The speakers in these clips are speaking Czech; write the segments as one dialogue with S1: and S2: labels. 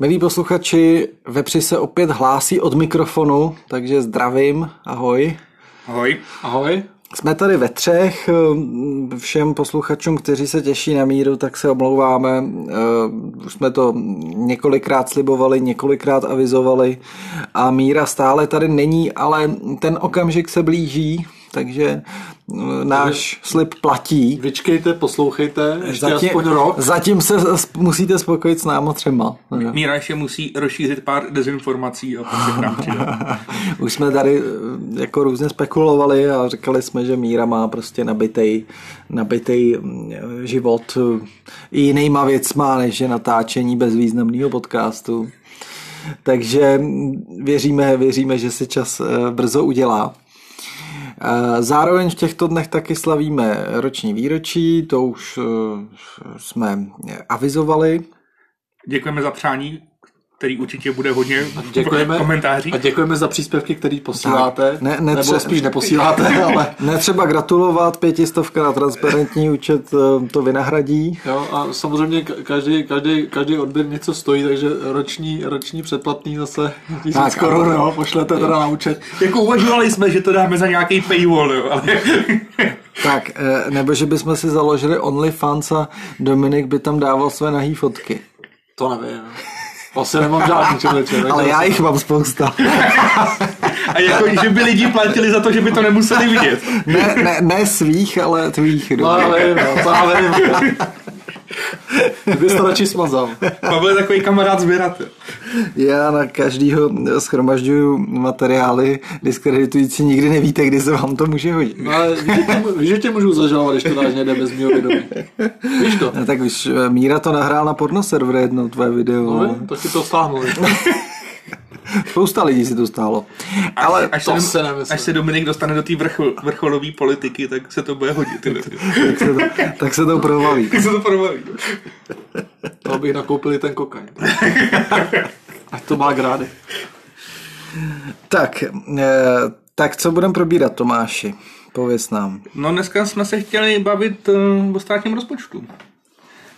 S1: Milí posluchači, vepři se opět hlásí od mikrofonu, takže zdravím, ahoj.
S2: Ahoj.
S3: Ahoj.
S1: Jsme tady ve třech. eh, Všem posluchačům, kteří se těší na míru, tak se omlouváme. Eh, Už jsme to několikrát slibovali, několikrát avizovali a míra stále tady není, ale ten okamžik se blíží, takže eh, náš slib platí.
S3: Vyčkejte, poslouchejte, ještě zatím, aspoň rok.
S1: Zatím se musíte spokojit s náma třema.
S2: Míra ještě musí rozšířit pár dezinformací a pak nám přijde.
S1: Už jsme tady jako různě spekulovali a říkali jsme, že Míra má prostě nabitej, nabitej mm, život eh, i jinýma věcma, než je natáčení bezvýznamného podcastu. Takže mm, věříme, věříme, že si čas eh, brzo udělá. Eh, Zároveň v těchto dnech taky slavíme roční výročí, to už eh, jsme avizovali.
S2: Děkujeme za přání, který určitě bude hodně
S3: a děkujeme,
S2: komentáří.
S3: A děkujeme za příspěvky, který posíláte, tak, ne, netře- nebo spíš neposíláte, ale...
S1: Netřeba gratulovat, pětistovka na transparentní účet eh, to vynahradí.
S3: Jo, a samozřejmě každý, každý, každý odběr něco stojí, takže roční, roční předplatný zase tisíc korun, jo, pošlete teda na účet.
S2: Jako uvažovali jsme, že to dáme za nějaký paywall, jo, ale...
S1: tak, eh, nebo že bychom si založili OnlyFans a Dominik by tam dával své nahý fotky.
S3: To nevím. Vlastně nemám žádný člověče.
S1: Ale já jich mám spousta.
S2: A jako, že by lidi platili za to, že by to nemuseli vidět.
S1: Ne, ne, ne svých, ale tvých.
S3: No, ale vím, no, to já vím. Kdyby to radši smazal.
S2: Pavel je takový kamarád sběratel.
S1: Já na každýho schromažďuju materiály diskreditující, nikdy nevíte, kdy se vám to může hodit.
S3: No, ale víš, že tě můžu zažalovat, když to dáš někde bez mého vědomí. Víš to?
S1: No, tak už Míra to nahrál na porno server jedno tvoje video.
S3: No, to ti to stáhnul.
S1: Spousta lidí si to stálo.
S2: Až, Ale až, to se, dom, až se Dominik dostane do té vrchol, vrcholové politiky, tak se to bude hodit.
S1: tak, se to, tak se to provalí.
S2: tak se to provalí.
S3: to bych nakoupil ten kokain. Ať to má grády.
S1: Tak, eh, tak co budeme probírat, Tomáši? Pověz nám.
S2: No dneska jsme se chtěli bavit eh, o státním rozpočtu.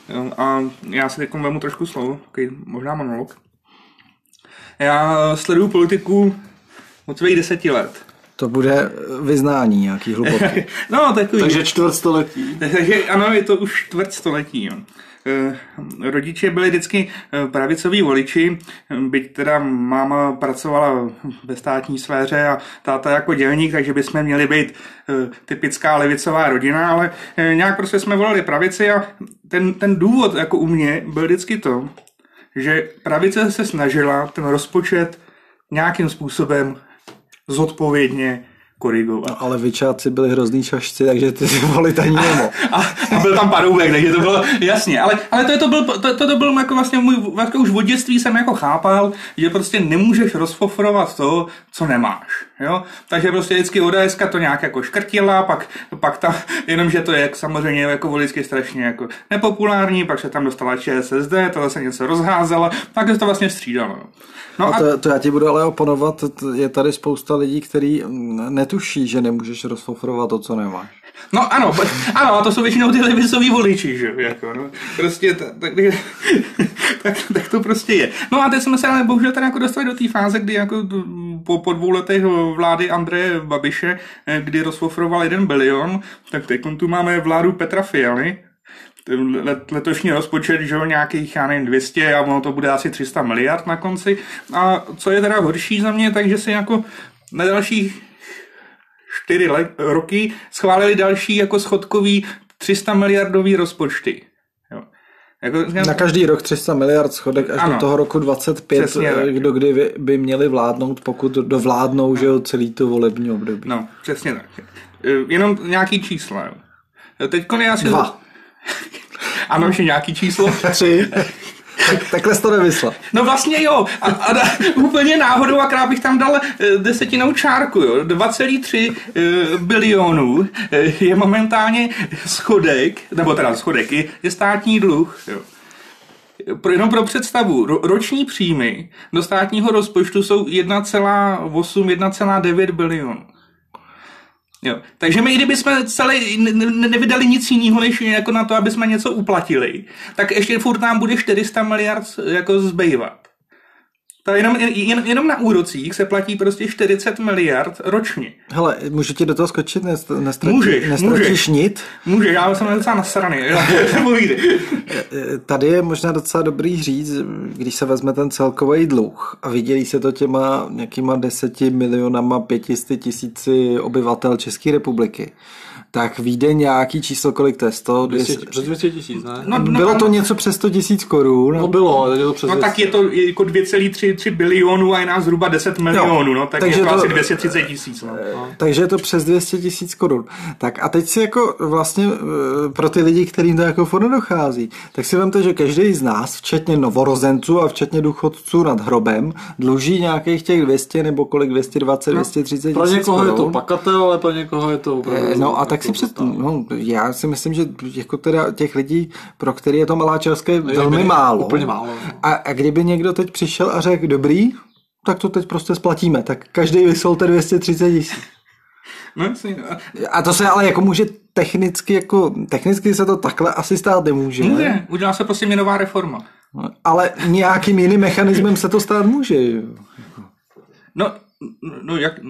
S2: Ehm, A já si teď vemu trošku slovo, okay, možná monolog. Já eh, sleduju politiku od svých deseti let.
S1: To bude vyznání nějaký hluboké.
S2: no, takový.
S3: Takže čtvrtstoletí.
S2: Takže ano, je to už čtvrtstoletí. Jo. Eh, Rodiče byli vždycky eh, pravicoví voliči, eh, byť teda máma pracovala ve státní sféře a táta jako dělník, takže bychom měli být eh, typická levicová rodina, ale nějak prostě jsme volali pravici a ten, ten důvod jako u mě byl vždycky to, že pravice se snažila ten rozpočet nějakým způsobem zodpovědně korigovat.
S1: No, ale vyčáci byli hrozný šašci, takže ty si volili ani
S2: a, a, a, byl tam paroubek, takže to bylo jasně. Ale, ale to, je to, byl, to, to, to byl jako vlastně můj, jako už od dětství jsem jako chápal, že prostě nemůžeš rozfofrovat to, co nemáš. Jo? Takže prostě vždycky ODS to nějak jako škrtila, pak, pak tam, jenomže to je jak samozřejmě jako voličsky strašně jako nepopulární, pak se tam dostala ČSSD, to zase něco rozházela, tak se to vlastně střídalo.
S1: No a, a to, to, já ti budu ale oponovat, je tady spousta lidí, kteří netuší, že nemůžeš rozfofrovat to, co nemáš.
S2: No ano, ano, a to jsou většinou ty levicoví voliči, že jako, no, prostě tak, tak, tak, tak, to prostě je. No a teď jsme se ale bohužel tady jako dostali do té fáze, kdy jako po, po dvou letech vlády Andreje Babiše, eh, kdy rozfofroval jeden bilion, tak teď tu máme vládu Petra Fialy, let, letošní rozpočet, že jo, nějakých, já nevím, 200 a ono to bude asi 300 miliard na konci. A co je teda horší za mě, takže si jako na dalších čtyři let, roky schválili další jako schodkový 300 miliardový rozpočty. Jo.
S1: Jako, na každý rok 300 miliard schodek až ano, do toho roku 25, přesně, kdo kdy by měli vládnout, pokud dovládnou no. že jo, celý to volební období.
S2: No, přesně tak. E, Jenom nějaký čísla. Jo. Teď já si...
S1: Dva.
S2: ano, ještě nějaký číslo.
S1: Tři. Tak, takhle jsi to nevyslal.
S2: No vlastně jo. A, a, a úplně náhodou, akorát bych tam dal eh, desetinou čárku. Jo. 2,3 e, bilionů e, je momentálně schodek, nebo teda schodek, je, je státní dluh. Jo. Pro, jenom pro představu, ro, roční příjmy do státního rozpočtu jsou 1,8-1,9 bilionů. Jo. Takže my, kdyby jsme celý ne- nevydali nic jiného, než jako na to, aby jsme něco uplatili, tak ještě furt nám bude 400 miliard jako zbývat. To jenom, jen, jenom na úrocích se platí prostě 40 miliard ročně.
S1: Hele, můžu ti do toho skočit? Nest- Nestrati,
S2: Můžeš,
S1: nestratíš
S2: můžeš.
S1: nit?
S2: Může, já jsem docela nasraný, jo, povídej.
S1: E, Tady je možná docela dobrý říct, když se vezme ten celkový dluh a vydělí se to těma nějakýma deseti milionama pětisty tisíci obyvatel České republiky, tak vyjde nějaký číslo, kolik to je? 100, 200,
S3: 200, přes 200 tisíc, ne?
S2: No, no,
S1: bylo
S2: no,
S1: to něco přes 100 tisíc korun.
S3: No bylo, ale je to přes
S2: No
S3: 200.
S2: tak je to jako 2,3 bilionů a je nás zhruba 10 milionů, no, tak
S1: takže
S2: je to,
S1: to- Eh,
S2: asi 230 tisíc. No.
S1: Takže je to přes 200 tisíc korun. Tak a teď si jako vlastně eh, pro ty lidi, kterým to jako furt dochází, tak si vemte, že každý z nás, včetně novorozenců a včetně důchodců nad hrobem, dluží nějakých těch 200 nebo kolik 220, 230 tisíc
S3: No, Pro někoho
S1: korun.
S3: je to
S2: No.
S3: pakatel, ale pro někoho je to opravdu...
S1: Eh, No a tak si
S3: jako-
S1: před... No, já si myslím, že jako teda těch lidí, pro který je to malá částka, je velmi
S3: minim-
S1: málo.
S3: úplně málo, no.
S1: A, a kdyby někdo teď přišel a řekl, dobrý, tak to teď prostě splatíme, tak každý vysolte 230 tisíc.
S2: No, jasně, a-
S1: A to se ale jako může technicky, jako technicky se to takhle asi stát nemůže. Ne?
S2: Může, udělá se prostě měnová reforma.
S1: Ale nějakým jiným mechanismem se to stát může. jo.
S2: No, no jak,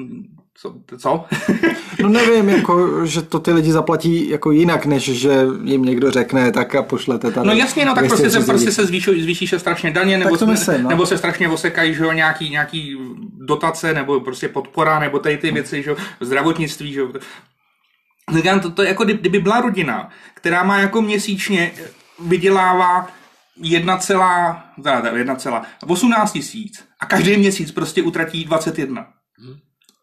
S2: co? co?
S1: No nevím, jako, že to ty lidi zaplatí jako jinak, než že jim někdo řekne, tak a pošlete tady.
S2: No jasně, no tak prostě se,
S1: 230
S2: prostě
S1: lidí.
S2: se zvýší, zvýší se strašně daně, nebo,
S1: Tak to myslím, no.
S2: nebo se strašně osekají, že jo, nějaký, nějaký dotace, nebo prostě podpora, nebo tady ty věci, že jo, zdravotnictví, že jo. Říkám, to, to je jako kdy- kdyby byla rodina, která má jako měsíčně vydělává 1, celá, teda, teda 1, celá, 18 tisíc a každý měsíc prostě utratí 21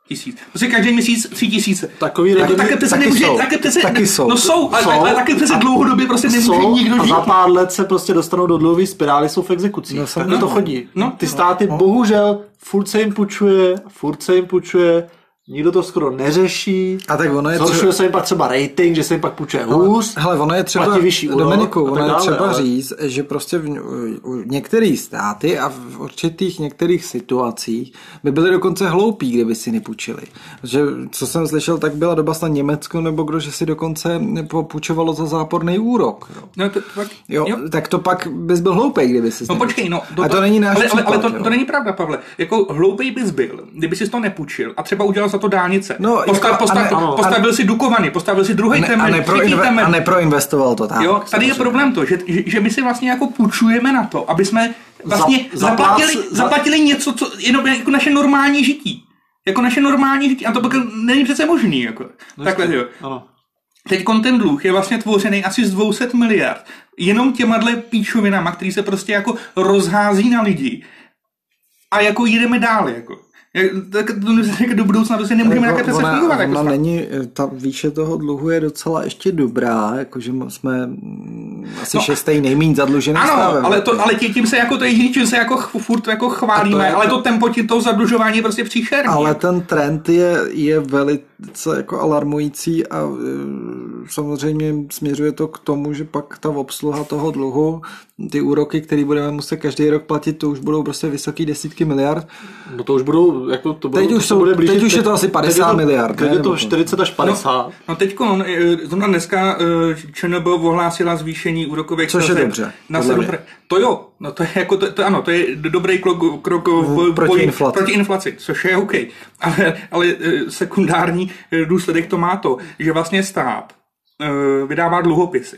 S2: tisíc. Prostě každý měsíc 3 tisíce.
S3: Takový
S2: tak,
S3: rodiny
S2: taky, taky,
S1: taky
S2: nemůže,
S1: jsou.
S2: taky, přece,
S1: Taky jsou.
S2: No jsou, ale,
S3: Jsou.
S2: ale taky přece dlouhodobě prostě nemůže
S3: jsou
S2: nikdo
S3: a
S2: žít.
S3: za pár let se prostě dostanou do dluhové spirály, jsou v exekucích. No, Takhle
S2: no.
S3: to chodí.
S2: No.
S3: No, Ty státy no. bohužel furt se jim půjčuje, furt se jim půjčuje, nikdo to skoro neřeší.
S1: A tak ono je
S3: Zhoršuje
S1: třeba-
S3: se jim pak třeba rating, že se jim pak půjčuje hůř.
S1: Hele, ono je třeba,
S3: platí vyšší úrok
S1: Dominiku,
S3: a tak
S1: ono je
S3: dále,
S1: třeba
S3: ale-
S1: říct, že prostě v, u některé státy a v určitých některých situacích by byly dokonce hloupí, kdyby si nepůjčili. Že, co jsem slyšel, tak byla doba snad Německo nebo kdo, že si dokonce půjčovalo za záporný úrok. Jo.
S2: No, to, to,
S1: Jo,
S2: jo.
S1: tak to pak bys byl hloupý, kdyby si
S2: No počkej, no.
S1: a to, není náš
S2: ale, ale, ale to,
S1: případ, jo.
S2: to, není pravda, Pavle. Jako hloupej bys byl, kdyby si to nepůjčil a třeba udělal za to dálnice.
S1: No,
S2: Posta,
S1: jako- a
S2: posta,
S1: ne- ano.
S2: postavil si dukovany, postavil si druhý
S1: Ne- a,
S2: temen, třetí
S1: neproinve-
S2: temen.
S1: a neproinvestoval to tak.
S2: Jo, tady je problém to, že, že, že my si vlastně jako půjčujeme na to, aby jsme vlastně
S3: Za- zaplác-
S2: zaplatili,
S3: za-
S2: zaplatili něco, co jenom jako naše normální žití. Jako naše normální žití. A to pak není přece možný. Jako.
S1: No,
S2: Takhle, jo.
S3: Ano.
S2: Teď ten dluh je vlastně tvořený asi z 200 miliard. Jenom těma dle píčovinama, který se prostě jako rozhází na lidi. A jako jdeme dál, jako. Jak- Tak to- jak do budoucna prostě nemůžeme
S1: Jako
S2: takhle přece
S1: ona,
S2: fungovat. Jako
S1: ona
S2: fakt.
S1: není, ta výše toho dluhu je docela ještě dobrá, jakože m- jsme mm, asi
S2: No.
S1: no, šestý nejméně zadlužený stav.
S2: ano,
S1: Evropy.
S2: ale, to, ale tě- tím se jako to je jediný, čím se jako ch- furt jako chválíme,
S3: je-
S2: ale to tempo tím toho zadlužování je prostě příšerný.
S1: ale ten trend je, je velice jako alarmující a eh, samozřejmě směřuje to k tomu, že pak ta obsluha toho dluhu, ty úroky, které budeme muset každý rok platit, to už budou prostě vysoký desítky miliard.
S3: No to už budou, jako to budou,
S1: Teď už
S3: to se
S1: jsou-
S3: bude
S1: teď
S3: blížit,
S1: už je to asi 50
S3: teď je to,
S1: miliard,
S3: Teď
S1: ne?
S3: je
S1: Nebo
S3: to
S1: to-
S3: 40 až 50. No.
S2: No teď zrovna dneska eh, ČNB ohlásila zvýšení úrokových
S1: Což je
S2: sazeb
S1: dobře,
S2: Na
S1: podle
S2: 7
S1: mě.
S2: To jo, no to je jako, to, to, ano, to je d- dobrý krok, krok v,
S1: proti
S2: boji
S1: inflaci.
S2: proti inflaci, což je OK. Ale, ale eh, sekundární eh, důsledek to má to, že vlastně stát eh, vydává dluhopisy.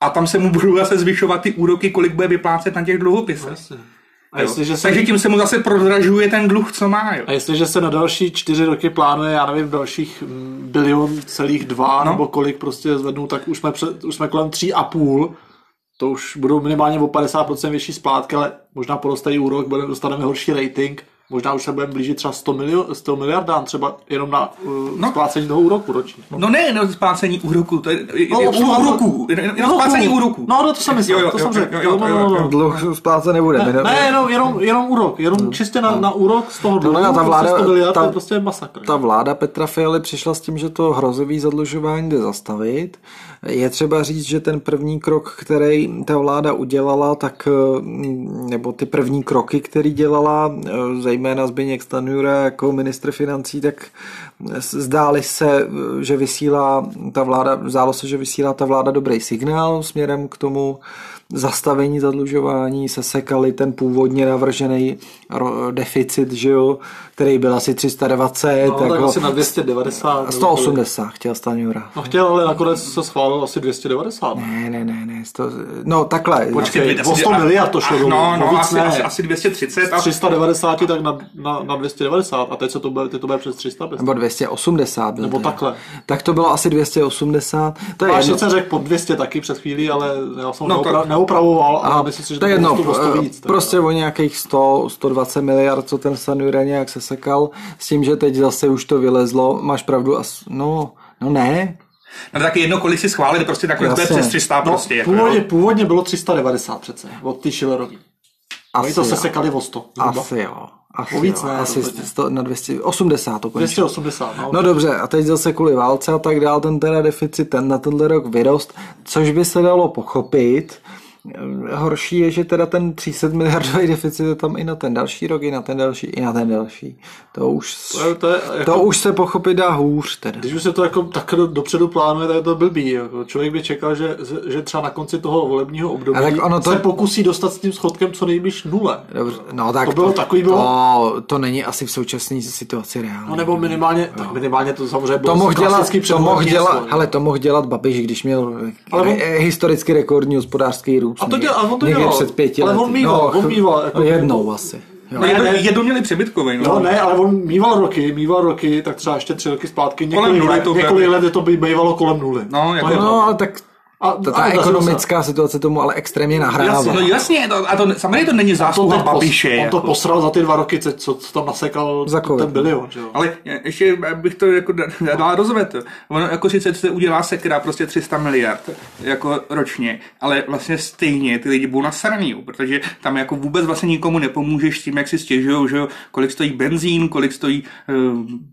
S2: A tam se mu budou zase zvyšovat ty úroky, kolik bude vyplácet na těch dluhopisech.
S3: No, A jestliže,
S2: Jo.
S3: se,
S2: Takže tím se mu zase prodražuje ten dluh, co má. Jo.
S3: a jestliže se na další čtyři roky plánuje, já nevím, dalších mm, bilion celých dva,
S2: No.
S3: no. nebo kolik prostě zvednou, tak už jsme, před, už jsme kolem tří a půl. To už budou minimálně o 50% větší splátky, ale možná porostají úrok, budeme- dostaneme horší rating. Možná už se budeme blížit třeba 100, milio, 100 miliardám třeba jenom na uh,
S2: No.
S3: no. splácení toho úroku ročně.
S2: No ne, no splácení úroku, to je,
S3: No,
S2: je-
S3: úroku.
S2: úroku, jenom jenom splácení úroku.
S3: No, no, to jsem myslel,
S2: Jo, jo,
S3: to
S2: jo,
S3: jsem řekl.
S2: jo, jo,
S3: No, no,
S2: jo,
S3: no,
S2: jo.
S3: no.
S1: Dluh splácet nebude. my-
S3: Ne, jenom, jenom, jenom úrok, jenom čistě na, na úrok z toho dluhu,
S1: Hmm. no, a ta
S3: prostě
S1: vláda-
S3: 100 miliard,
S1: ta-
S3: to je prostě masakr.
S1: ta vláda Petra Fialy přišla s tím, že to hrozový zadlužování jde zastavit. Je třeba říct, že ten první krok, který ta vláda udělala, tak eh, nebo ty první kroky, který dělala, eh, zejména Zbigněk Stanjura jako ministr financí, tak zdáli se, eh, že vysílá ta vláda, zdálo se, že vysílá ta vláda dobrý signál směrem k tomu, zastavení zadlužování sesekali ten původně navržený ro- deficit, že jo, který byl asi 320,
S3: No, tak asi na 290. nebo
S1: 180 chtěl Stanjura.
S3: No chtěl, ale nakonec se schválil asi 290.
S1: Ne, ne, ne, ne, sto, no takhle,
S3: Počkej,
S2: asi-
S3: o 100
S2: a-
S3: miliard to šlo
S2: a-
S3: dolů.
S2: No,
S3: o
S2: no,
S3: víc
S2: asi,
S3: ne.
S2: asi, asi 230. A,
S3: 390 tak na, na, na 290 a teď se to bude, teď to bude přes 300. Bez.
S1: nebo 280 byl
S3: Nebo
S1: teda.
S3: takhle.
S1: Tak to bylo asi 280, to je
S3: Máš
S1: jedno.
S3: sice řekl pod 200 taky před chvílí, ale já jsem
S2: No,
S3: no,
S2: tak-
S3: neopra- neopravoval a,
S1: A
S3: myslím si, že
S1: to je
S3: bylo
S1: jedno,
S3: o 100 víc. tak-
S1: prostě o nějakých 100, 120 miliard, co ten Sanura nějak sesekal, s tím, že teď zase už to vylezlo, máš pravdu, as, no, no ne,
S2: no, tak je jedno, kolik si schválili, prostě nakonec to je
S1: Jasně.
S2: přes
S3: No,
S2: 300. prostě, jako, jo.
S3: Původně, původně bylo 390 přece, od ty Schillerový. Oni
S1: asi,
S3: to se
S1: jo.
S3: sekali o 100. zhruba.
S1: asi jo, asi,
S3: O víc
S1: jo,
S3: ne,
S1: asi
S3: rozhodně.
S1: 100, na 280 to končí.
S3: 280, no.
S1: No dobře, a teď zase kvůli válce a tak dál, ten teda deficit ten na tenhle rok vyrost, což by se dalo pochopit. Ehm, Horší je, že teda ten 300 miliardový deficit je tam i na ten další rok, i na ten další, i na ten další. To už,
S3: To je- to je jako-
S1: to už se pochopit dá hůř teda.
S3: Když už se to jako tak do- dopředu plánuje, tak je to blbý. Jako člověk by čekal, že, že třeba na konci toho volebního období
S1: A tak ono to-
S3: se pokusí dostat s tím schodkem co nejbliž nule.
S1: Dobře, no tak
S3: To bylo takový bylo-
S1: To, to není asi v současné situaci reálné.
S3: No nebo minimálně, tak minimálně to samozřejmě bylo
S1: To mohl dělat,
S3: klasický
S1: to mohl
S3: předvolební
S1: dělat,
S3: heslo, že?
S1: hele, to mohl dělat Babiš, když měl
S3: Ale
S1: re,
S3: on-
S1: historicky rekordní hospodářský růst.
S3: A to dělal- a on to
S1: někde
S3: dělal.
S1: před pěti
S3: Ale
S1: lety.
S3: on mýval, on
S1: ch-
S3: mýval, jako-
S1: no jednou asi. Jo.
S2: No, jedno,
S3: ne.
S2: jedno měli přebytkový, no.
S3: No ne, ale on mýval roky, mýval roky, tak třeba ještě tři roky zpátky,
S2: Kolem
S3: několik,
S2: nuly
S3: let,
S2: to
S3: to
S2: bylo.
S3: několik let to by bývalo kolem nuly.
S2: No, jako-
S3: to je
S1: No,
S3: to.
S1: ale tak
S3: A-
S1: ta,
S3: a
S1: ta
S3: udařilo se.
S1: ekonomická situace tomu ale extrémně nahrává.
S3: Jasně,
S2: No jasně, to, a to samozřejmě to není
S3: On
S2: zásluha
S3: to,
S2: Babiše.
S3: pos, on to
S2: jako.
S3: posral za ty dva roky, co, co co tam nasekal
S1: Za covid. no.
S3: ten bilion, že jo.
S2: Ale ještě bych to jako da- dala rozvet. Ono jako sice se udělá sekra prostě 300 miliard jako ročně, ale vlastně stejně ty lidi budou nasraný, jo, protože tam jako vůbec vlastně nikomu nepomůžeš s tím, jak si stěžují, že jo, kolik stojí benzín, kolik stojí eh,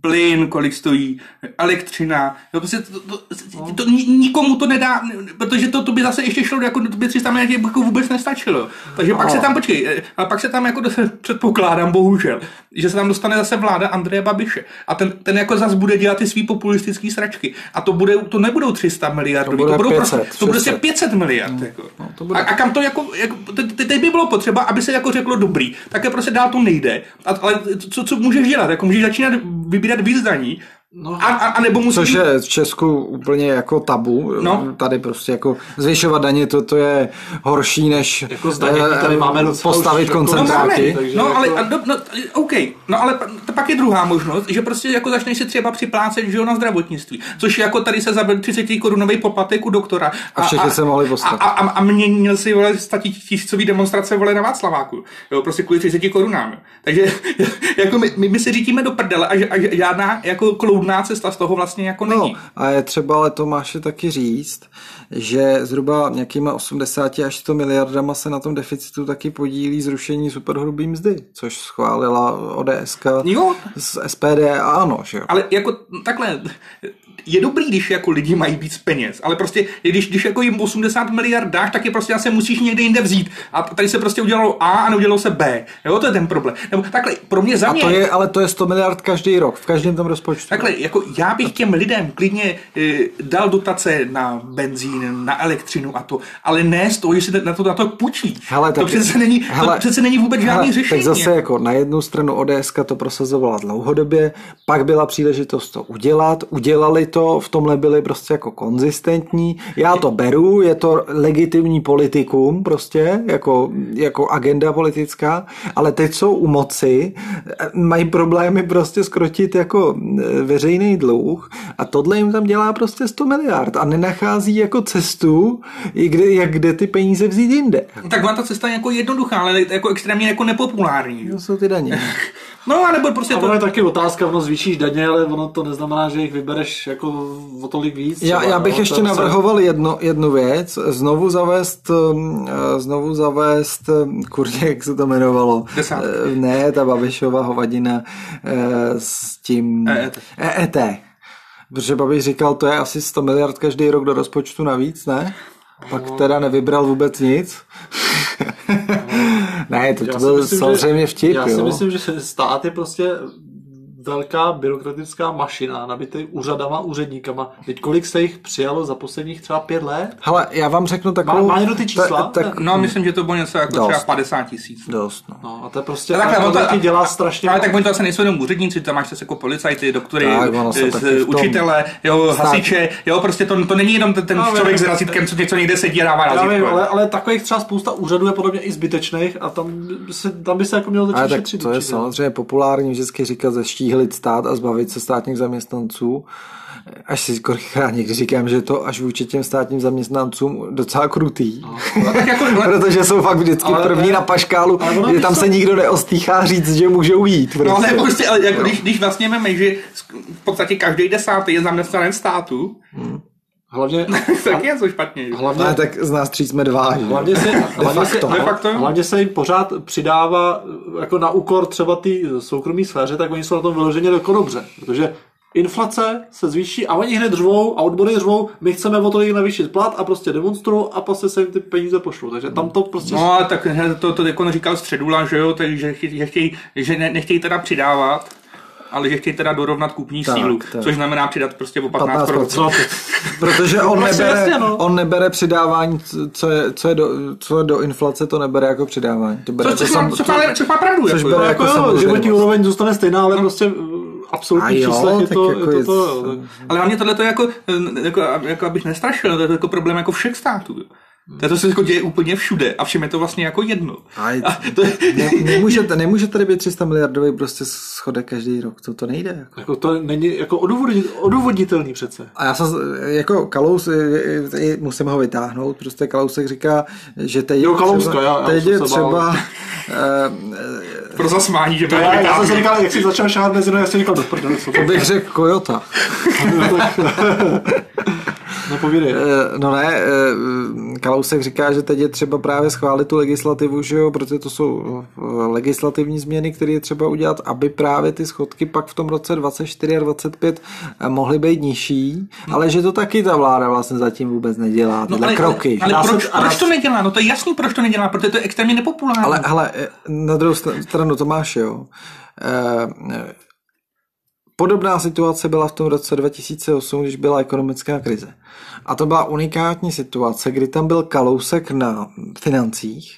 S2: plyn, kolik stojí elektřina. Jo, prostě to, to, to, to, ni- nikomu to nedá, protože to, to by zase ještě šlo, jako to by 300 miliard jako vůbec nestačilo. Takže pak se tam, počkej, eh, a pak se tam jako dos- předpokládám, bohužel, že se tam dostane zase vláda Andreje Babiše. A ten, ten jako zas bude dělat ty svý populistické sračky. A to, bude, to nebudou 300 miliard, to,
S1: bude
S2: budou
S1: 500,
S2: prostě, to bude prostě
S1: 600.
S2: 500 miliard. Jako.
S1: No, to bude.
S2: a, a, kam to jako, jako te, te, teď by bylo potřeba, aby se jako řeklo dobrý, tak je prostě dál to nejde. A, ale co, co můžeš dělat? Jako můžeš začínat vybírat víc daní, no. a, a, a, nebo musíš...
S1: Což je v Česku úplně jako tabu.
S2: No.
S1: Tady prostě jako zvyšovat daně, to, to je horší než
S3: Jako zdanění
S1: eh,
S3: tady máme docela
S1: postavit
S3: už
S2: No
S3: jako-
S2: máme,
S1: koncentráky.
S3: takže
S2: no
S3: jako-
S2: ale, a do, no, OK, no ale pa- to pak je druhá možnost, že prostě jako začneš si třeba připlácet, že jo, na zdravotnictví, což je jako tady se zabil 30 korunový poplatek u doktora.
S1: A všichni se mohli postavit.
S2: A, a, a měnil si, vole, tisícový demonstrace, vole, na Václaváku, jo, prostě kvůli 30 korunám. jo. Takže jako my, my, my se řítíme do prdele a, ž- a ž- žádná jako kloudná cesta z toho vlastně jako není.
S1: No, a je třeba ale Tomáše taky říct, že zhruba nějakýma 80 až 100 miliardama se na tom deficitu taky podílí zrušení superhrubý mzdy, což schválila ODSK
S2: Jo.
S1: z SPD a ano, že jo.
S2: Ale jako takhle, je dobrý, když jako lidi mají víc peněz, ale prostě, když, když jako jim 80 miliard dáš, tak je prostě asi musíš někde jinde vzít. A tady se prostě udělalo A a neudělalo se B. Jo, to je ten problém. Nebo takhle, pro mě za
S1: A
S2: mě...
S1: to je, ale to je 100 miliard každý rok, v každém tom rozpočtu.
S2: Takhle, jako já bych těm lidem klidně e, dal dotace na benzín, na elektřinu a to, ale ne z toho, že si na to, na to půjčíš.
S1: Hele,
S2: to,
S1: tak-
S2: přece není,
S1: hele,
S2: to přece není vůbec žádný
S1: Hele,
S2: řešení.
S1: Tak zase jako na jednu stranu ODS to prosazovala dlouhodobě, pak byla příležitost to udělat, udělali to, v tomhle byli prostě jako konzistentní. Já to beru, je to legitimní politikum prostě, jako, jako agenda politická, ale teď jsou u moci, eh, mají problémy prostě skrotit jako eh, veřejný dluh a tohle jim tam dělá prostě 100 miliard a nenachází jako cestu, i kde, jak kde ty peníze vzít jinde.
S2: Tak ona ta cesta je jako jednoduchá, ale jako extrémně jako nepopulární. jo.
S1: To jsou ty daně.
S2: No, anebo prostě
S3: A
S2: to...
S3: ono je taky otázka, ono zvýšíš daně, ale ono to neznamená, že jich vybereš jako o tolik víc.
S1: Já,
S3: třeba,
S1: já
S3: jo.
S1: bych
S3: To je
S1: ještě
S3: prostě-
S1: navrhoval jedno, jednu věc, znovu zavést, ehm, eh, znovu zavést, ehm, kurně, jak se to jmenovalo?
S2: Desátky.
S1: Eh, Ne, ta Babišova hovadina eh, s tím...
S3: E
S2: EET.
S1: EET. Protože Babiš říkal, to je asi 100 miliard každý rok do rozpočtu navíc, ne? Pak
S3: No.
S1: teda nevybral vůbec nic. ne, to, to
S3: Já si
S1: byl
S3: myslím, že-
S1: samozřejmě vtip,
S3: Já si
S1: jo.
S3: myslím, že stát je prostě velká byrokratická mašina nabitý úřadama, úředníkama. Teď kolik se jich přijalo za posledních třeba pět let?
S1: Hele, já vám řeknu
S3: Má,
S1: takovou...
S3: má někdo ty čísla?
S1: Ta, tak,
S2: No, myslím, že to bylo něco jako
S1: Dost.
S2: třeba 50 tisíc.
S1: dost, no.
S3: No a to je prostě,
S2: No
S3: tak,
S2: takhle,
S3: to,
S2: ono to-
S3: taky dělá strašně
S2: Ale tak oni to asi nejsou jenom úředníci, tam máš zase jako policajty, doktory,
S1: Tak, ono se
S2: eh,
S1: taky v tom-
S2: učitele, jo, hasiče, jo, prostě to, to není jenom ten, ten
S3: No,
S2: člověk
S3: vím.
S2: s razítkem, co něco někde sedí a dává
S3: Já vím,
S2: razítko.
S3: ale, ale takových třeba spousta úřadů je podobně i zbytečných a tam by se, tam by se jako mělo
S1: Ale
S3: začít
S1: tak
S3: šetřit.
S1: to je
S3: určitě.
S1: samozřejmě populární vždycky říkat zeštíhlit stát a zbavit se státních zaměstnanců. Až si kolikrát někdy říkám, že je to až vůči těm státním zaměstnancům docela krutý.
S2: Tak jako, ale-
S1: Protože jsou fakt vždycky
S3: No. Ale-
S1: první na paškálu,
S3: ale ono
S1: kde tam
S3: víš co?
S1: se nikdo neostýchá říct, že může ujít.
S2: No ale
S1: prostě.
S2: prostě, ale jako, když, když vlastně máme, že v podstatě každý desátý je zaměstnanem státu,
S3: Hlavně,
S2: tak je to špatně. že?
S3: hlavně,
S1: Ne, tak z nás tří jsme dva. že?
S3: Hlavně se, hlavně, se,
S1: facto.
S2: De facto.
S3: hlavně se jim pořád přidává eh, jako na úkor třeba ty soukromí sféře, tak oni jsou na tom vyloženě jako dobře, protože inflace se zvýší a oni hned řvou a odbory řvou, my chceme o tolik navýšit plat a prostě demonstrují a prostě se jim ty peníze pošlou, takže tam to prostě...
S2: No a tak he, to, to jako říkal Středula, že jo, takže že, chtějí, že ne, nechtějí teda přidávat, ale že chtějí teda dorovnat kupní
S1: Tak,
S2: sílu,
S1: tak.
S2: což znamená přidat prostě o 15%.
S1: 15%.
S3: No,
S1: Protože on
S3: Vlastně
S1: nebere,
S3: jasně, no.
S1: on nebere přidávání, co- co je, co je, do, co je do inflace, to nebere jako přidávání. To bere
S2: Což, což,
S1: jako
S2: má,
S1: sam,
S2: což, má, což má pravdu.
S1: což
S2: jako,
S1: bere
S2: jo.
S1: jako
S3: jako jo,
S1: samozřejmě. No.
S3: životní úroveň zůstane stejná, ale prostě eh,
S1: A
S3: absolutní
S1: jo,
S3: čísla je
S1: tak
S3: to,
S1: jako
S3: je
S1: je-
S3: to, to jo.
S2: Ale hlavně tohle to je jako, eh, jako, jako, abych nestrašil, to je to jako problém jako všech států. jo. To, je to se jako děje úplně všude a všem je to vlastně jako jedno.
S1: Aj,
S2: A to,
S1: ne, nemůžete, nemůže tady být 300 miliardový prostě schodek každý rok, to, to nejde. Jako.
S3: Jako to není jako odůvodnit- odůvodnitelný přece.
S1: A já jsem, z- jako Kalous, je- je- je- musím ho vytáhnout, prostě Kalousek říká, že teď je
S3: Jo, Kalouska,
S1: třeba,
S3: já- já
S1: teď
S3: jsem
S1: je
S3: se
S1: třeba
S3: bál.
S1: eh,
S2: pro zasmání, že to
S3: Já, já jsem
S2: vytáhne.
S3: si říkal, jak jsi začal šáhat mezi nohy, já jsem říkal, do prdele, co to
S1: eh, bych řekl Kojota.
S3: No povídej.
S1: Eh, No ne, eh, Kalousek říká, že teď je třeba právě schválit tu legislativu, že jo, protože to jsou eh, legislativní změny, které je třeba udělat, aby právě ty schodky pak v tom roce 24 a 25 eh, mohly být nižší, ale že to taky ta vláda vlastně zatím vůbec nedělá, tyhle
S2: Hmm. No, ale,
S1: kroky.
S2: Ale,
S1: že?
S2: ale
S3: Já
S2: proč,
S3: jsem- a
S2: proč
S3: já-
S2: to nedělá? No to je jasný, proč to nedělá, protože to je extrémně nepopulární.
S1: Ale hele, eh, na druhou str- stranu Tomáš, jo. Eh, eh, Podobná situace byla v tom roce 2008, když byla ekonomická krize. A to byla unikátní situace, kdy tam byl kalousek na financích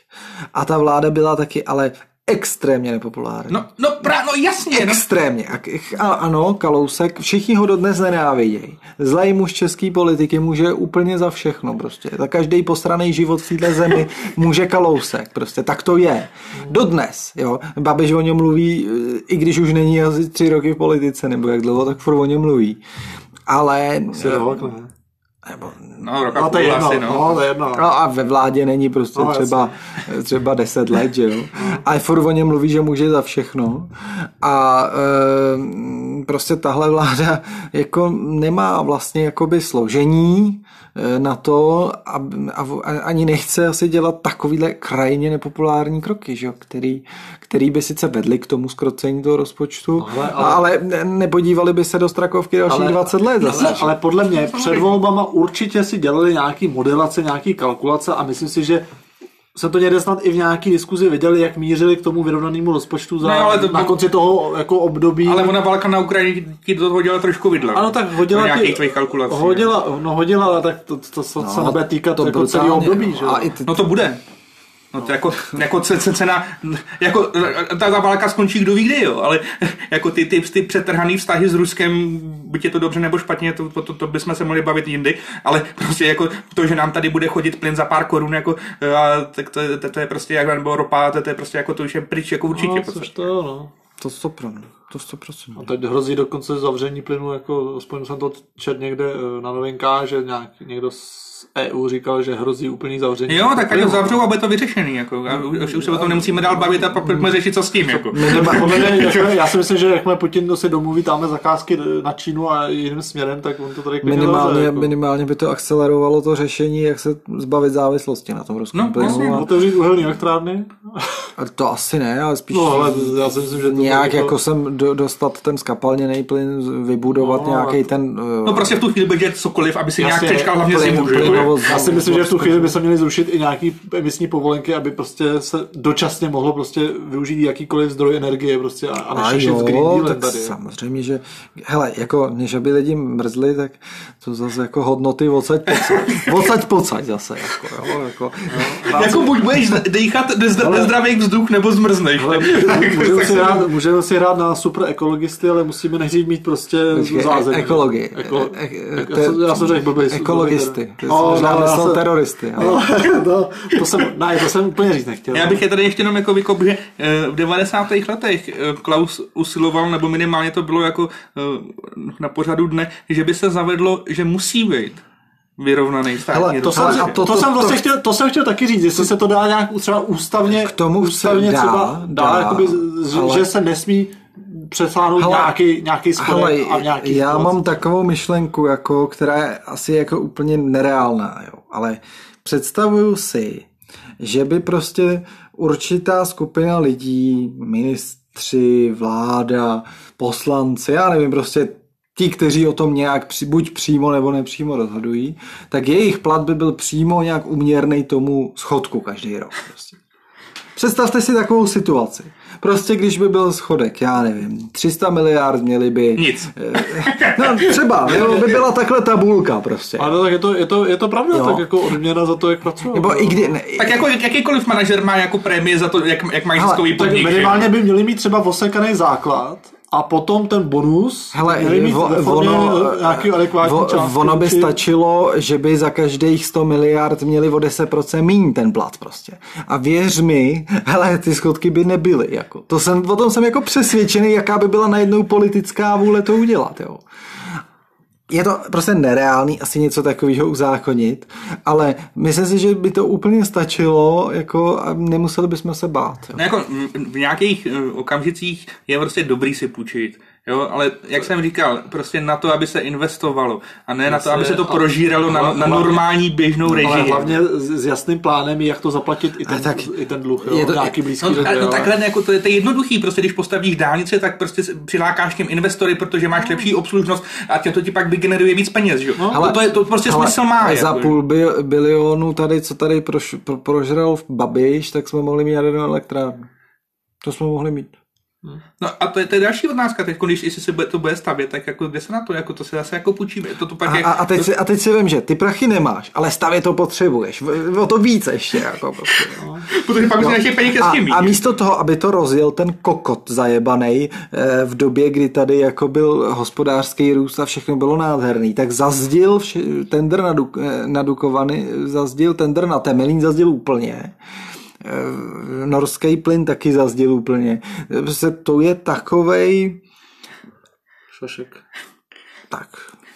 S1: a ta vláda byla taky ale extrémně nepopulární.
S2: No, no, pra, no jasně, no,
S1: Extrémně. A, a ano, Kalousek, všichni ho dodnes nenávidějí. Zlej muž český politiky může úplně za všechno prostě. Za každý posraný život v této zemi může Kalousek prostě. Tak to je. Dodnes, jo. Babiš o něm mluví, eh, i když už není asi tři roky v politice, nebo jak dlouho, tak furt o něm mluví. Ale... eh, Nebo,
S2: no, roka
S3: jako No to je
S2: půl
S3: jedno,
S2: asi, no.
S3: no to je jedno.
S1: No a ve vládě není prostě
S3: No,
S1: no,
S3: jasně. No.
S1: třeba, třeba 10 let, že jo. A furt o něm mluví, že může za všechno. A e, prostě tahle vláda jako nemá vlastně jakoby složení eh, na to a, a, v- a ani nechce asi dělat takovýhle krajně nepopulární kroky, že jo, který, který by sice vedli k tomu zkrocení toho rozpočtu, ale,
S3: No, Ale-
S1: ale,
S3: ale-
S1: ale ne- nepodívali by se do strakovky dalších ale, 20 let zase.
S3: Ale, ale podle mě před volbama určitě si dělali nějaký modelace, nějaký kalkulace a myslím si, že se to někde snad i v nějaký diskuzi viděli, jak mířili k tomu vyrovnanému rozpočtu za,
S2: Ne, ale to-
S3: na konci toho jako období.
S2: Ale ona válka na Ukrajině ti do toho dělala trošku vidla.
S3: ano, tak hodila
S2: nějakých
S3: ti,
S2: tvých kalkulací.
S3: hodila, no hodila, ale tak to, to, to, to se nebude týkat to jako celého
S1: No, brutálně,
S3: období,
S1: no.
S3: že jo?
S1: A i ty,
S2: No to bude. No to jako, jako ce- ce- cena, jako ta, ta válka skončí kdo ví kdy, jo, ale jako ty, ty, ty přetrhaný vztahy s Ruskem, buď je to dobře nebo špatně, to, to, to, to bychom se mohli bavit jindy, ale prostě jako to, že nám tady bude chodit plyn za pár korun, jako, a, tak to, to, to, je prostě, jak, nebo ropa, to, to je prostě jako to už je pryč, jako určitě.
S3: no,
S2: v podstatě.
S3: což to, jo, no.
S1: to 100%, to 100%.
S3: A teď hrozí dokonce zavření plynu, jako aspoň jsem to čet někde eh, na novinkách, že nějak, někdo z EU říkal, že hrozí úplný zavření.
S2: Jo, tak ať ho zavřou a bude to vyřešený, jako,
S3: No,
S2: a už, už se o tom nemusíme dál bavit a pak pojďme
S3: Mm.
S2: řešit, co s tím, jako.
S3: Podle mě, jakmile- já si myslím, že jakmile Putin se domluví tamhle zakázky na Čínu a jiným směrem, tak on to tady klidně
S1: Minimálně,
S3: zavře,
S1: jako. minimálně by to akcelerovalo to řešení, jak se zbavit závislosti na tom ruském
S2: No,
S1: plynu.
S2: jasně,
S1: a-
S2: no.
S3: Otevřít uhelné elektrárny
S1: To asi ne, ale spíš
S3: No, ale já si myslím, že to
S1: nějak
S3: bylo-
S1: jako jsem do, dostat ten skapalněný plyn, z- vybudovat no, nějaký ten...
S2: No prostě v tu chvíli bude cokoliv, aby si nějak
S3: Jasně,
S2: přečkal hlavně
S1: plyn-
S2: zimu, že jo?
S1: plynovod-
S3: Já si myslím, že
S1: vlastně
S3: v tu chvíli by se měly zrušit i nějaký emisní povolenky, aby prostě se dočasně mohlo prostě využít jakýkoliv zdroj energie prostě a, a
S1: A
S3: nešašit
S1: jo,
S3: s Green Dealem
S1: tak
S3: tady.
S1: samozřejmě, že hele, jako než aby lidi mrzli, tak to zase jako hodnoty odsaď pocať, odsaď pocať zase, jako, jo, jako,
S3: No,
S2: Jako buď budeš dýchat nezd- nezdravý vzduch, nebo zmrzneš.
S3: Ale můžeme- můžeme, si hrát, můžeme si hrát na super ekologisty, ale musíme nejdřív mít prostě
S1: Počkej,
S3: zázemí.
S1: e- ekologii.
S3: Eko,
S1: E- e-
S3: e-
S1: to je-
S3: já jsem řekl blbý.
S1: ekologisty. Ty jsi
S3: No,
S1: možná
S3: no, já
S1: myslel
S3: jsem-
S1: teroristy, ale-
S3: No, no, to jsem, ne, to jsem úplně říct nechtěl.
S2: Já bych je tady ještě jenom jako vykop, že eh, v 90. letech eh, Klaus usiloval, nebo minimálně to bylo jako eh, na pořadu dne, že by se zavedlo, že musí být vyrovnaný státní
S1: Hele, to
S3: To,
S2: rozpočet.
S1: Ale
S3: jsem,
S1: a
S3: to,
S1: to-
S3: to,
S1: to-
S3: jsem vlastně
S1: to-
S3: chtěl, to jsem chtěl taky říct, jestli se to dá nějak třeba ústavně, k
S1: tomu se
S3: ústavně
S1: dá,
S3: třeba dá,
S1: dá,
S3: jakoby, z, z-
S1: ale-
S3: že se nesmí přesáhnout
S1: Hele,
S3: nějaký, nějaký
S1: Hele,
S3: spodek a v nějaký
S1: já
S3: situaci.
S1: mám takovou myšlenku, jako, která je asi jako úplně nereálná, jo. ale představuju si, že by prostě určitá skupina lidí, ministři, vláda, poslanci, já nevím, prostě ti, kteří o tom nějak při, buď přímo nebo nepřímo rozhodují, tak jejich plat by byl přímo nějak uměrný tomu schodku každý rok. Prostě. Představte si takovou situaci. Prostě když by byl schodek, já nevím, 300 miliard měli by...
S2: Nic.
S1: Eh, No třeba, jo, by byla takhle tabulka prostě.
S3: Ale tak je to, je to, je to pravda,
S1: Jo.
S3: tak jako odměna za to, jak no. pracuje.
S1: Nebo i kdy... Ne,
S2: Tak jako jak- jakýkoliv manažer má jako prémii za to, jak, jak mají
S1: Hele,
S2: ziskový
S3: Tak
S2: podnik. že jo?
S3: minimálně by měli mít třeba osekaný základ a potom ten bonus
S1: Hele,
S3: měli mít
S1: vo-
S3: ve formě nějaký adekvátní
S1: vo-
S3: částky
S1: ono by
S3: vůči-
S1: stačilo, že by za každých 100 miliard měli o 10% míň ten plat prostě. A věř mi, hele, ty schodky by nebyly. Jako. To jsem, o tom jsem jako přesvědčený, jaká by byla najednou politická vůle to udělat. Jo. Je to prostě nereálný asi něco takového uzákonit, ale myslím si, že by to úplně stačilo jako, a nemuseli bychom se bát. Jo.
S2: No jako mm, v nějakých eh, okamžicích je prostě dobrý si půjčit, jo, ale jak jsem říkal, prostě na to, aby se investovalo a ne na to, aby se to
S3: a-
S2: prožíralo na,
S3: ale
S2: na
S3: hlavně-
S2: normální
S1: No,
S2: běžnou
S3: Ale
S2: režii.
S3: hlavně s, s jasným plánem, jak to zaplatit i ten,
S1: tak
S3: i ten dluh, jo,
S1: je to-
S3: nějaký blízký
S2: No,
S3: době,
S2: ale, no
S3: jo.
S2: takhle jako to je, to je jednoduchý, prostě když postavíš dálnici, tak prostě s- přilákáš těm investory, protože máš lepší obslužnost a tě to ti pak vygeneruje víc peněz, že jo? No, to, je, to prostě
S1: ale
S2: smysl má.
S1: Za
S2: jako,
S1: půl bi- bilionu tady, co tady proš, pro, prožral Babiš, tak jsme mohli mít jadernou elektrárnu. To jsme mohli mít.
S2: No a to je, to je další otázka, teď, když jestli se bude, to bude stavět, tak jako kde se na to, jako to se zase jako půjčíme, to, to pak
S1: A,
S2: je,
S1: a, a, teď si, a teď si vím, že ty prachy nemáš, ale stavě to potřebuješ. V- O to víc ještě. Jako prostě, no.
S2: protože pak už no, těch peněz
S1: a,
S2: hezky mít.
S1: a místo toho, aby to rozjel ten kokot zajebanej eh, v době, kdy tady jako byl hospodářský růst a všechno bylo nádherný, tak zazdil vše, tender na, Duk, eh, na Dukovany, zazdil tender na Temelín, zazdil úplně. Eh, Norský plyn taky zazdil úplně. Eh, Prostě to je takovej...
S3: Šošek.
S1: Tak,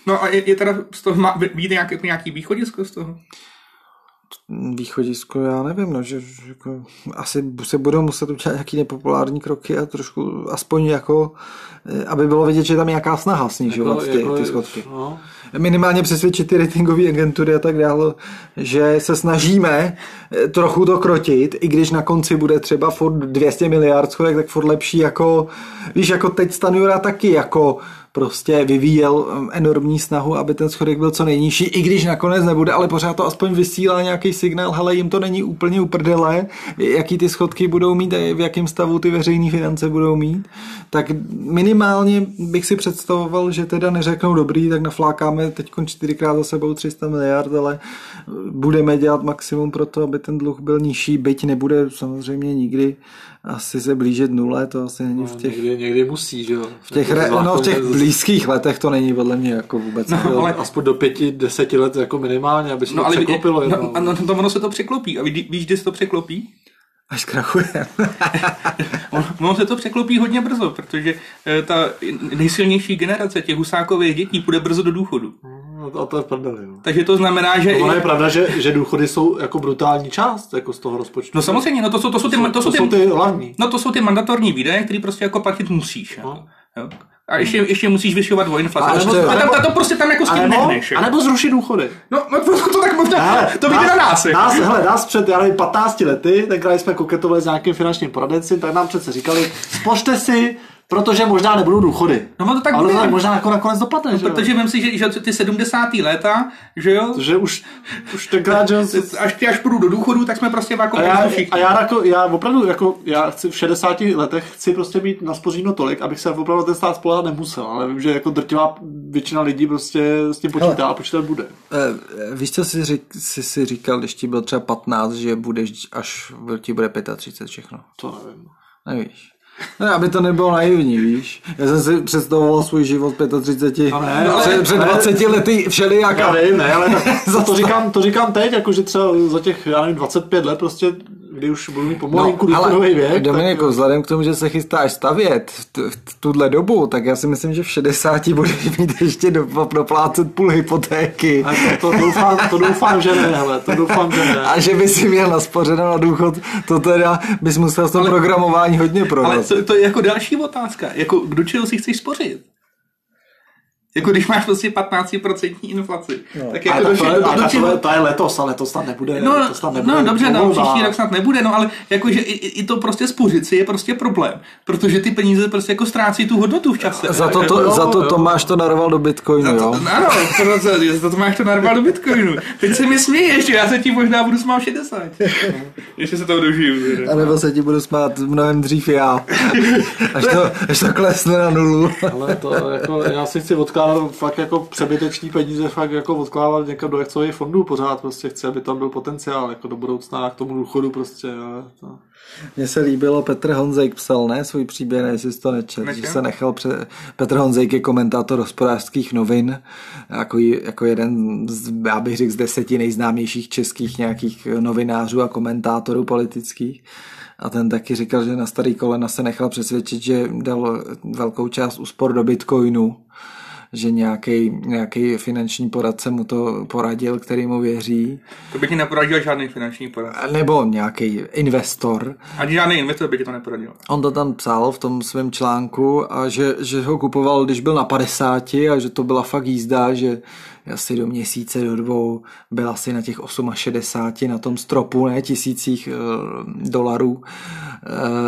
S2: No a je, je teda z toho má být nějaký, jako nějaký východisko z toho?
S1: východisko, já nevím, no, že, že jako, asi se budou muset udělat nějaký nepopulární kroky a trošku, aspoň jako, eh, aby bylo vidět, že je tam nějaká snaha
S3: Jako
S1: snižovat ty, ty schodky.
S3: No.
S1: Minimálně přesvědčit ty ratingové agentury a tak dále, že se snažíme eh, trochu to krotit, i když na konci bude třeba furt 200 miliard schodek, tak furt lepší jako, víš, jako teď Stanjura taky jako prostě vyvíjel em, enormní snahu, aby ten schodek byl co nejnižší, i když nakonec nebude, ale pořád to aspoň vysílá nějaký signál, hele, jim to není úplně uprdele, jaký ty schodky budou mít a v jakém stavu ty veřejné finance budou mít, tak minimálně bych si představoval, že teda neřeknou dobrý, tak naflákáme teď čtyřikrát za sebou 300 miliard, ale eh, budeme dělat maximum pro to, aby ten dluh byl nižší, byť nebude samozřejmě nikdy asi se blížit nule, to asi není v těch
S3: Někdy, No, někdy musí, že jo.
S1: v těch, re, no, v těch blízkých letech to není podle mě jako vůbec. No,
S2: ale-
S3: ale... Aspoň do pěti, deseti let jako minimálně, aby se
S2: No
S3: to
S2: ale
S3: překlopilo.
S2: no,
S3: jednou.
S2: no, no, to ono se to překlopí. A ví- víš, kdy se to překlopí?
S1: Až krachuje.
S2: Ono, ono se to překlopí hodně brzo, protože eh, ta nejsilnější generace těch husákových dětí půjde brzo do důchodu.
S3: No, to- a to je v prdeli. jo.
S2: Takže to znamená, že...
S3: Ono je pravda, že, že důchody jsou jako brutální část jako z toho rozpočtu.
S2: No samozřejmě, no to jsou, to jsou, ty, no, to
S3: to
S2: jsou,
S3: jsou
S2: ty,
S3: ty hlavní.
S2: no to jsou ty mandatorní výdaje, které prostě jako platit musíš. Jako. Jo? A ještě, ještě musíš vyšovat o inflaci.
S1: A
S2: A,
S1: ještě-
S2: a, tam,
S3: anebo-
S2: a to prostě tam jako s
S3: A
S2: tím
S3: nebo,
S2: nehneš.
S3: a
S2: jako.
S3: nebo zrušit důchody.
S2: No, no to, to, to tak možná,
S3: Hele,
S2: to vyjde na nás. jako.
S3: nás, hele, nás před já nevím, 15 lety, tenkrát když jsme koketovali s nějakým finančním poradencem, tak nám přece říkali, spořte si, protože možná nebudou důchody.
S2: No, no to tak
S3: Ale
S2: bude. No,
S3: to tak možná jako nakonec dopadne, že jo?
S2: Protože vím si, že, že ty 70. léta, že jo,
S3: že už, už tenkrát, že jo,
S2: až, až půjdu do důchodu, tak jsme prostě jako
S3: a já,
S2: všichni.
S3: a já, jako, já opravdu jako, já chci v 60 letech chci prostě mít naspoříno tolik, abych se opravdu na ten stát spolehat nemusel, ale vím, že jako drtivá většina lidí prostě s tím počítá a počítat bude.
S1: Eh, Víš, co jsi, řík, jsi si říkal, když ti bylo třeba 15, že budeš, až ti bude 35 všechno?
S3: To nevím.
S1: Nevíš. Ne, aby to nebylo naivní, víš. Já jsem si představoval svůj život 35,
S3: A ne,
S1: no,
S3: ale-
S1: před, před
S3: ale-
S1: 20 lety všelijak.
S3: Já
S1: a-
S3: vím, ne, ale to,
S1: Zas
S3: to,
S1: to-
S3: říkám, to říkám teď, jako že třeba za těch, já nevím, 25 let prostě, kdy už budu mít pomalinku no, důchodový věk,
S1: Dominiku, jako vzhledem k tomu, že se chystáš stavět v, t- v tuhle dobu, tak já si myslím, že v 60 budeš mít ještě do, doplácet půl hypotéky.
S3: tak a to, to, doufám, to doufám, že ne, hele, to doufám, že ne.
S1: A že by si měl naspořeno na důchod, to teda bys musel v tom programování hodně
S2: Ale
S1: prodat.
S2: to, to je jako další otázka. Jako, do čeho si chceš spořit? Jako když máš prostě 15% inflaci. No. Tak
S3: Ale
S2: jako
S3: to,
S2: do,
S3: to,
S2: čeho-
S3: je-
S2: do,
S3: ale
S2: do
S3: to,
S2: čeho...
S3: je- to je letos, ale to snad nebude.
S2: No,
S3: to snad nebude
S2: no dobře, no,
S3: volba.
S2: příští rok snad nebude, no ale jakože i, i i to prostě spořit si je prostě problém, protože ty peníze prostě jako ztrácí tu hodnotu v čase.
S1: Za to, to,
S3: jo,
S1: za to
S3: jo.
S1: Tomáš to narval do Bitcoinu, jo?
S2: No, Ano, protože za to máš to narval do bitcoinu. Teď se mi směješ, já se ti možná budu smát v 60. Ještě se toho dožiju. že ne?
S1: A nebo se ti budu smát mnohem dřív já. Až to, až to klesne na nulu.
S3: Ale to jako, já si chci odkládat fakt jako přebyteční peníze, fakt jako odkládat někam do akciových fondů pořád, prostě chci, aby tam byl potenciál, jako do budoucna k tomu důchodu prostě, ale to...
S1: Mně se líbilo, Petr Honzejk psal, ne, svůj příběh, ne, jestli jsi to nečet, že
S2: Nečet.
S1: se nechal pře... Petr Honzejk je komentátor hospodářských novin, jako, j- jako jeden, z, já bych řekl, z deseti nejznámějších českých nějakých novinářů a komentátorů politických. A ten taky říkal, že na starý kolena se nechal přesvědčit, že dal velkou část úspor do bitcoinu že nějaký, nějaký finanční poradce mu to poradil, který mu věří,
S2: To by ti neporadil žádný finanční poradce.
S1: nebo nějaký investor,
S2: Ani žádný investor by ti to neporadil.
S1: On to tam psal v tom svém článku a že, že ho kupoval, když byl na 50 a že to byla fakt jízda, že asi do měsíce, do dvou byl asi na těch 68 na tom stropu, ne, tisících e, dolarů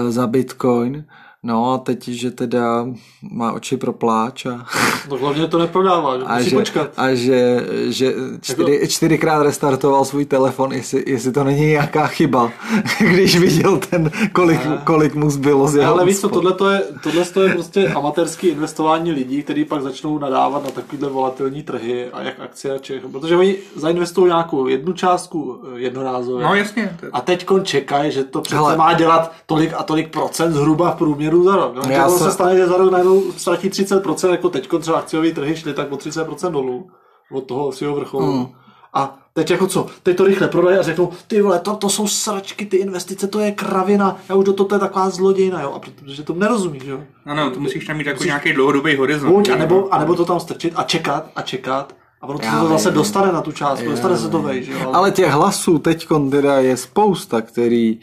S1: e, za bitcoin. No a teď, že teda má oči pro pláč a,
S3: No hlavně to neprodává, že
S1: a,
S3: musí
S1: že,
S3: počkat. Jako-
S1: a že, že čtyři, čtyřikrát restartoval svůj telefon, jestli, jestli to není nějaká chyba, když viděl ten, kolik, kolik mu zbylo z jeho
S3: Ale víš co,
S1: úspor.
S3: tohle to je, tohle to je prostě amatérský investování lidí, kteří pak začnou nadávat na takovýhle volatilní trhy a jak akcie a Čech, protože oni zainvestují nějakou jednu částku eh, jednorázově.
S2: No jasně. To...
S3: a teď čekají, že to přece
S1: Hele.
S3: má dělat tolik a tolik procent zhruba v průměru za rok.
S1: Já
S3: No, se...
S1: se-
S3: se stane, že za rok najednou ztratí 30%, jako teď třeba akciové trhy šly tak o 30% dolů od toho svého vrcholu.
S1: Hmm.
S3: Mm. A teď jako co, teď to rychle prodají a řeknou, ty vole, to, to jsou sračky, ty investice, to je kravina, já už do toho, to je taková zlodějna, jo, a protože to nerozumíš, jo.
S2: Ano, to musíš tam mít jako nějaký dlouhodobý horizont.
S3: Buď,
S2: jo.
S3: anebo, anebo to tam strčit a čekat a čekat, a proto
S1: Já
S3: se to zase
S1: vím.
S3: dostane na tu částku, dostane se to vej, že jo. ale-
S1: Ale těch hlasů teď teda je spousta, který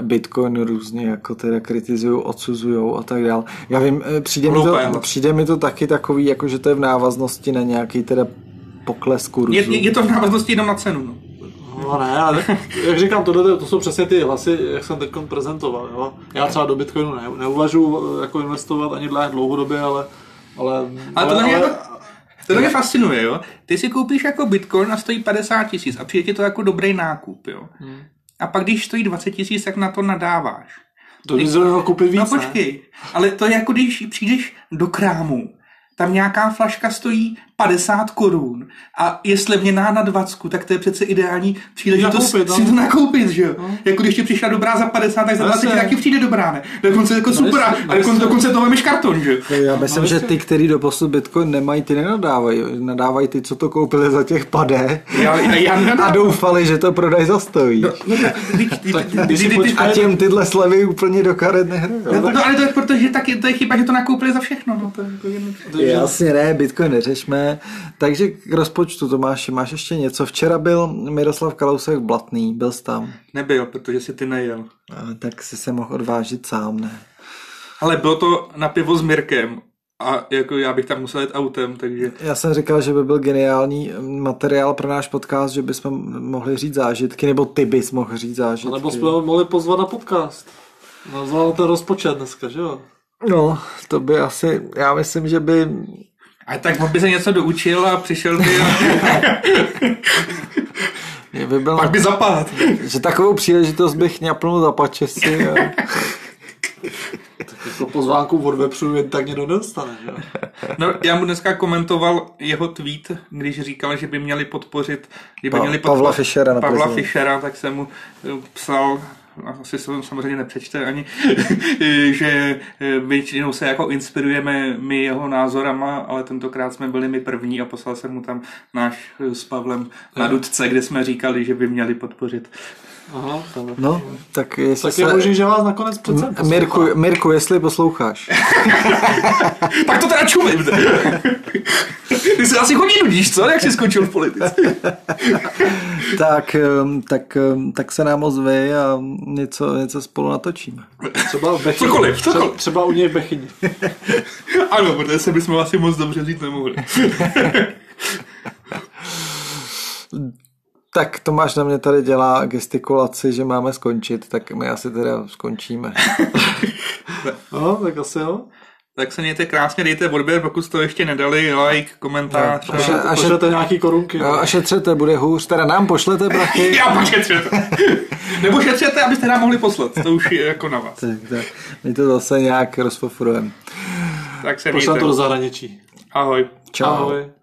S1: Bitcoin různě jako teda kritizují, odsuzují a tak dále. Já vím, eh, přijde mi, to,
S2: Hloupé hlasy.
S1: přijde mi to taky takový, jako že to je v návaznosti na nějaký teda pokles kurzu.
S2: Je, je, je to v návaznosti jenom na cenu. No.
S3: No ne, ale jak říkám, tohle, to jsou přesně ty hlasy, jak jsem teď prezentoval. Jo? Já třeba do Bitcoinu ne, neuvažuji jako investovat ani dlá- dlouhodobě, ale... Ale,
S2: Ale to mě,
S3: ale,
S2: jako, to mě fascinuje, jo. Ty si koupíš jako bitcoin a stojí 50 tisíc a přijde ti to jako dobrý nákup, jo.
S3: Hmm.
S2: A pak když stojí 20 tisíc, tak na to nadáváš.
S3: to by zrovna koupit víc,
S2: No
S3: ne?
S2: počkej, ale to je jako když přijdeš do krámu, tam nějaká flaška stojí 50 korun a je slevněná na 20, tak to je přece ideální příležitost
S3: Nakoupit, no.
S2: si to nakoupit, že jo? Jako když ti přišla dobrá za 50, tak za
S3: No
S2: 20 ti
S3: jasně.
S2: taky přijde dobrá, ne? Dokonce jako super a-
S3: jasně, no
S2: a dokonce,
S3: jasně.
S2: dokonce toho máš karton, že jo?
S1: Já myslím, že ty, který doposud Bitcoin nemají, ty nenadávají. Nadávají ty, co to koupili za těch padé
S2: Já, já, já
S1: a
S2: nedám.
S1: doufali, že to prodají za stojí.
S2: No, tak, ty- ty- ty- ty-
S3: když si
S2: ty- ty-
S3: počkáš-
S1: A těm tyhle slevy úplně do karet nehrajou.
S2: No, no, ale to je proto, že taky, to je chyba, že to nakoupili za všechno. No, to je, to je,
S1: Jasně ne, Bitcoin neřešme. Takže k rozpočtu, Tomáš, máš ještě něco? Včera byl Miroslav Kalousek v Blatný, byl jsi tam.
S2: Nebyl, protože si ty nejel.
S1: A Tak si se mohl odvážit sám, ne?
S2: Ale bylo to na pivo s Mirkem. a jako já bych tam musel jet autem, takže...
S1: Já jsem říkal, že by byl geniální materiál pro náš podcast, že bychom mohli říct zážitky, nebo ty bys mohl říct
S3: A
S1: zážitky.
S3: nebo jsme ho mohli pozvat na podcast. No, Zval ten rozpočet dneska, že jo?
S1: No, to by asi, já myslím, že by...
S2: A tak on by se něco doučil a přišel by a
S1: že by byl,
S2: pak by zapad.
S1: Že takovou příležitost bych ňapnul za pačesy. A...
S3: Jako pozvánku od Vepřu jen tak někdo nedostane, že jo?
S2: No, já mu dneska komentoval jeho tweet, když říkal, že by měli podpořit, že by
S1: Pa-
S2: měli
S1: Pavla Fischera na
S2: Pavla
S1: prezidenta.
S2: Fischera, tak jsem mu eh, psal asi se to samozřejmě nepřečte ani, že eh, většinou se jako inspirujeme my jeho názorama, ale tentokrát jsme byli my první a poslal jsem mu tam náš eh, s Pavlem na dudce, kde jsme říkali, že by měli podpořit.
S3: Aha, tam.
S1: No, tak jestli
S3: Tak je možný, že vás nakonec přece
S1: M- Mirku, Mirku, jestli posloucháš.
S2: Tak to teda čumím. Ty se asi hodně nudíš, co? Jak jsi skončil v politice?
S1: tak, ehm, tak, ehm, tak se nám ozvej a něco, něco spolu natočíme.
S3: Třeba v Bechyni.
S2: Cokoliv,
S3: Tře-
S2: cokoliv.
S3: Třeba u něj v Bechyni.
S2: Ano, protože se bychom asi moc dobře říct nemohli.
S1: Tak Tomáš na mě tady dělá gestikulaci, že máme skončit, tak my asi teda skončíme.
S3: No, tak asi jo.
S2: tak se mějte krásně, dejte odběr, pokud jste to ještě nedali, like, komentář.
S1: Až-
S2: a...
S1: až-
S3: Pošlete nějaký korunky.
S1: Jo, No, a šetřete, bude hůř, teda nám pošlete brachy.
S2: Já pak šetřete. Nebo šetřete, abyste nám mohli poslat, to už je jako na vás.
S1: Tak, tak, my to zase nějak rozfofurujeme.
S2: Tak se
S3: Pošlete
S2: mějte.
S3: to do zahraničí.
S2: Ahoj.
S1: Čau.
S3: Ahoj.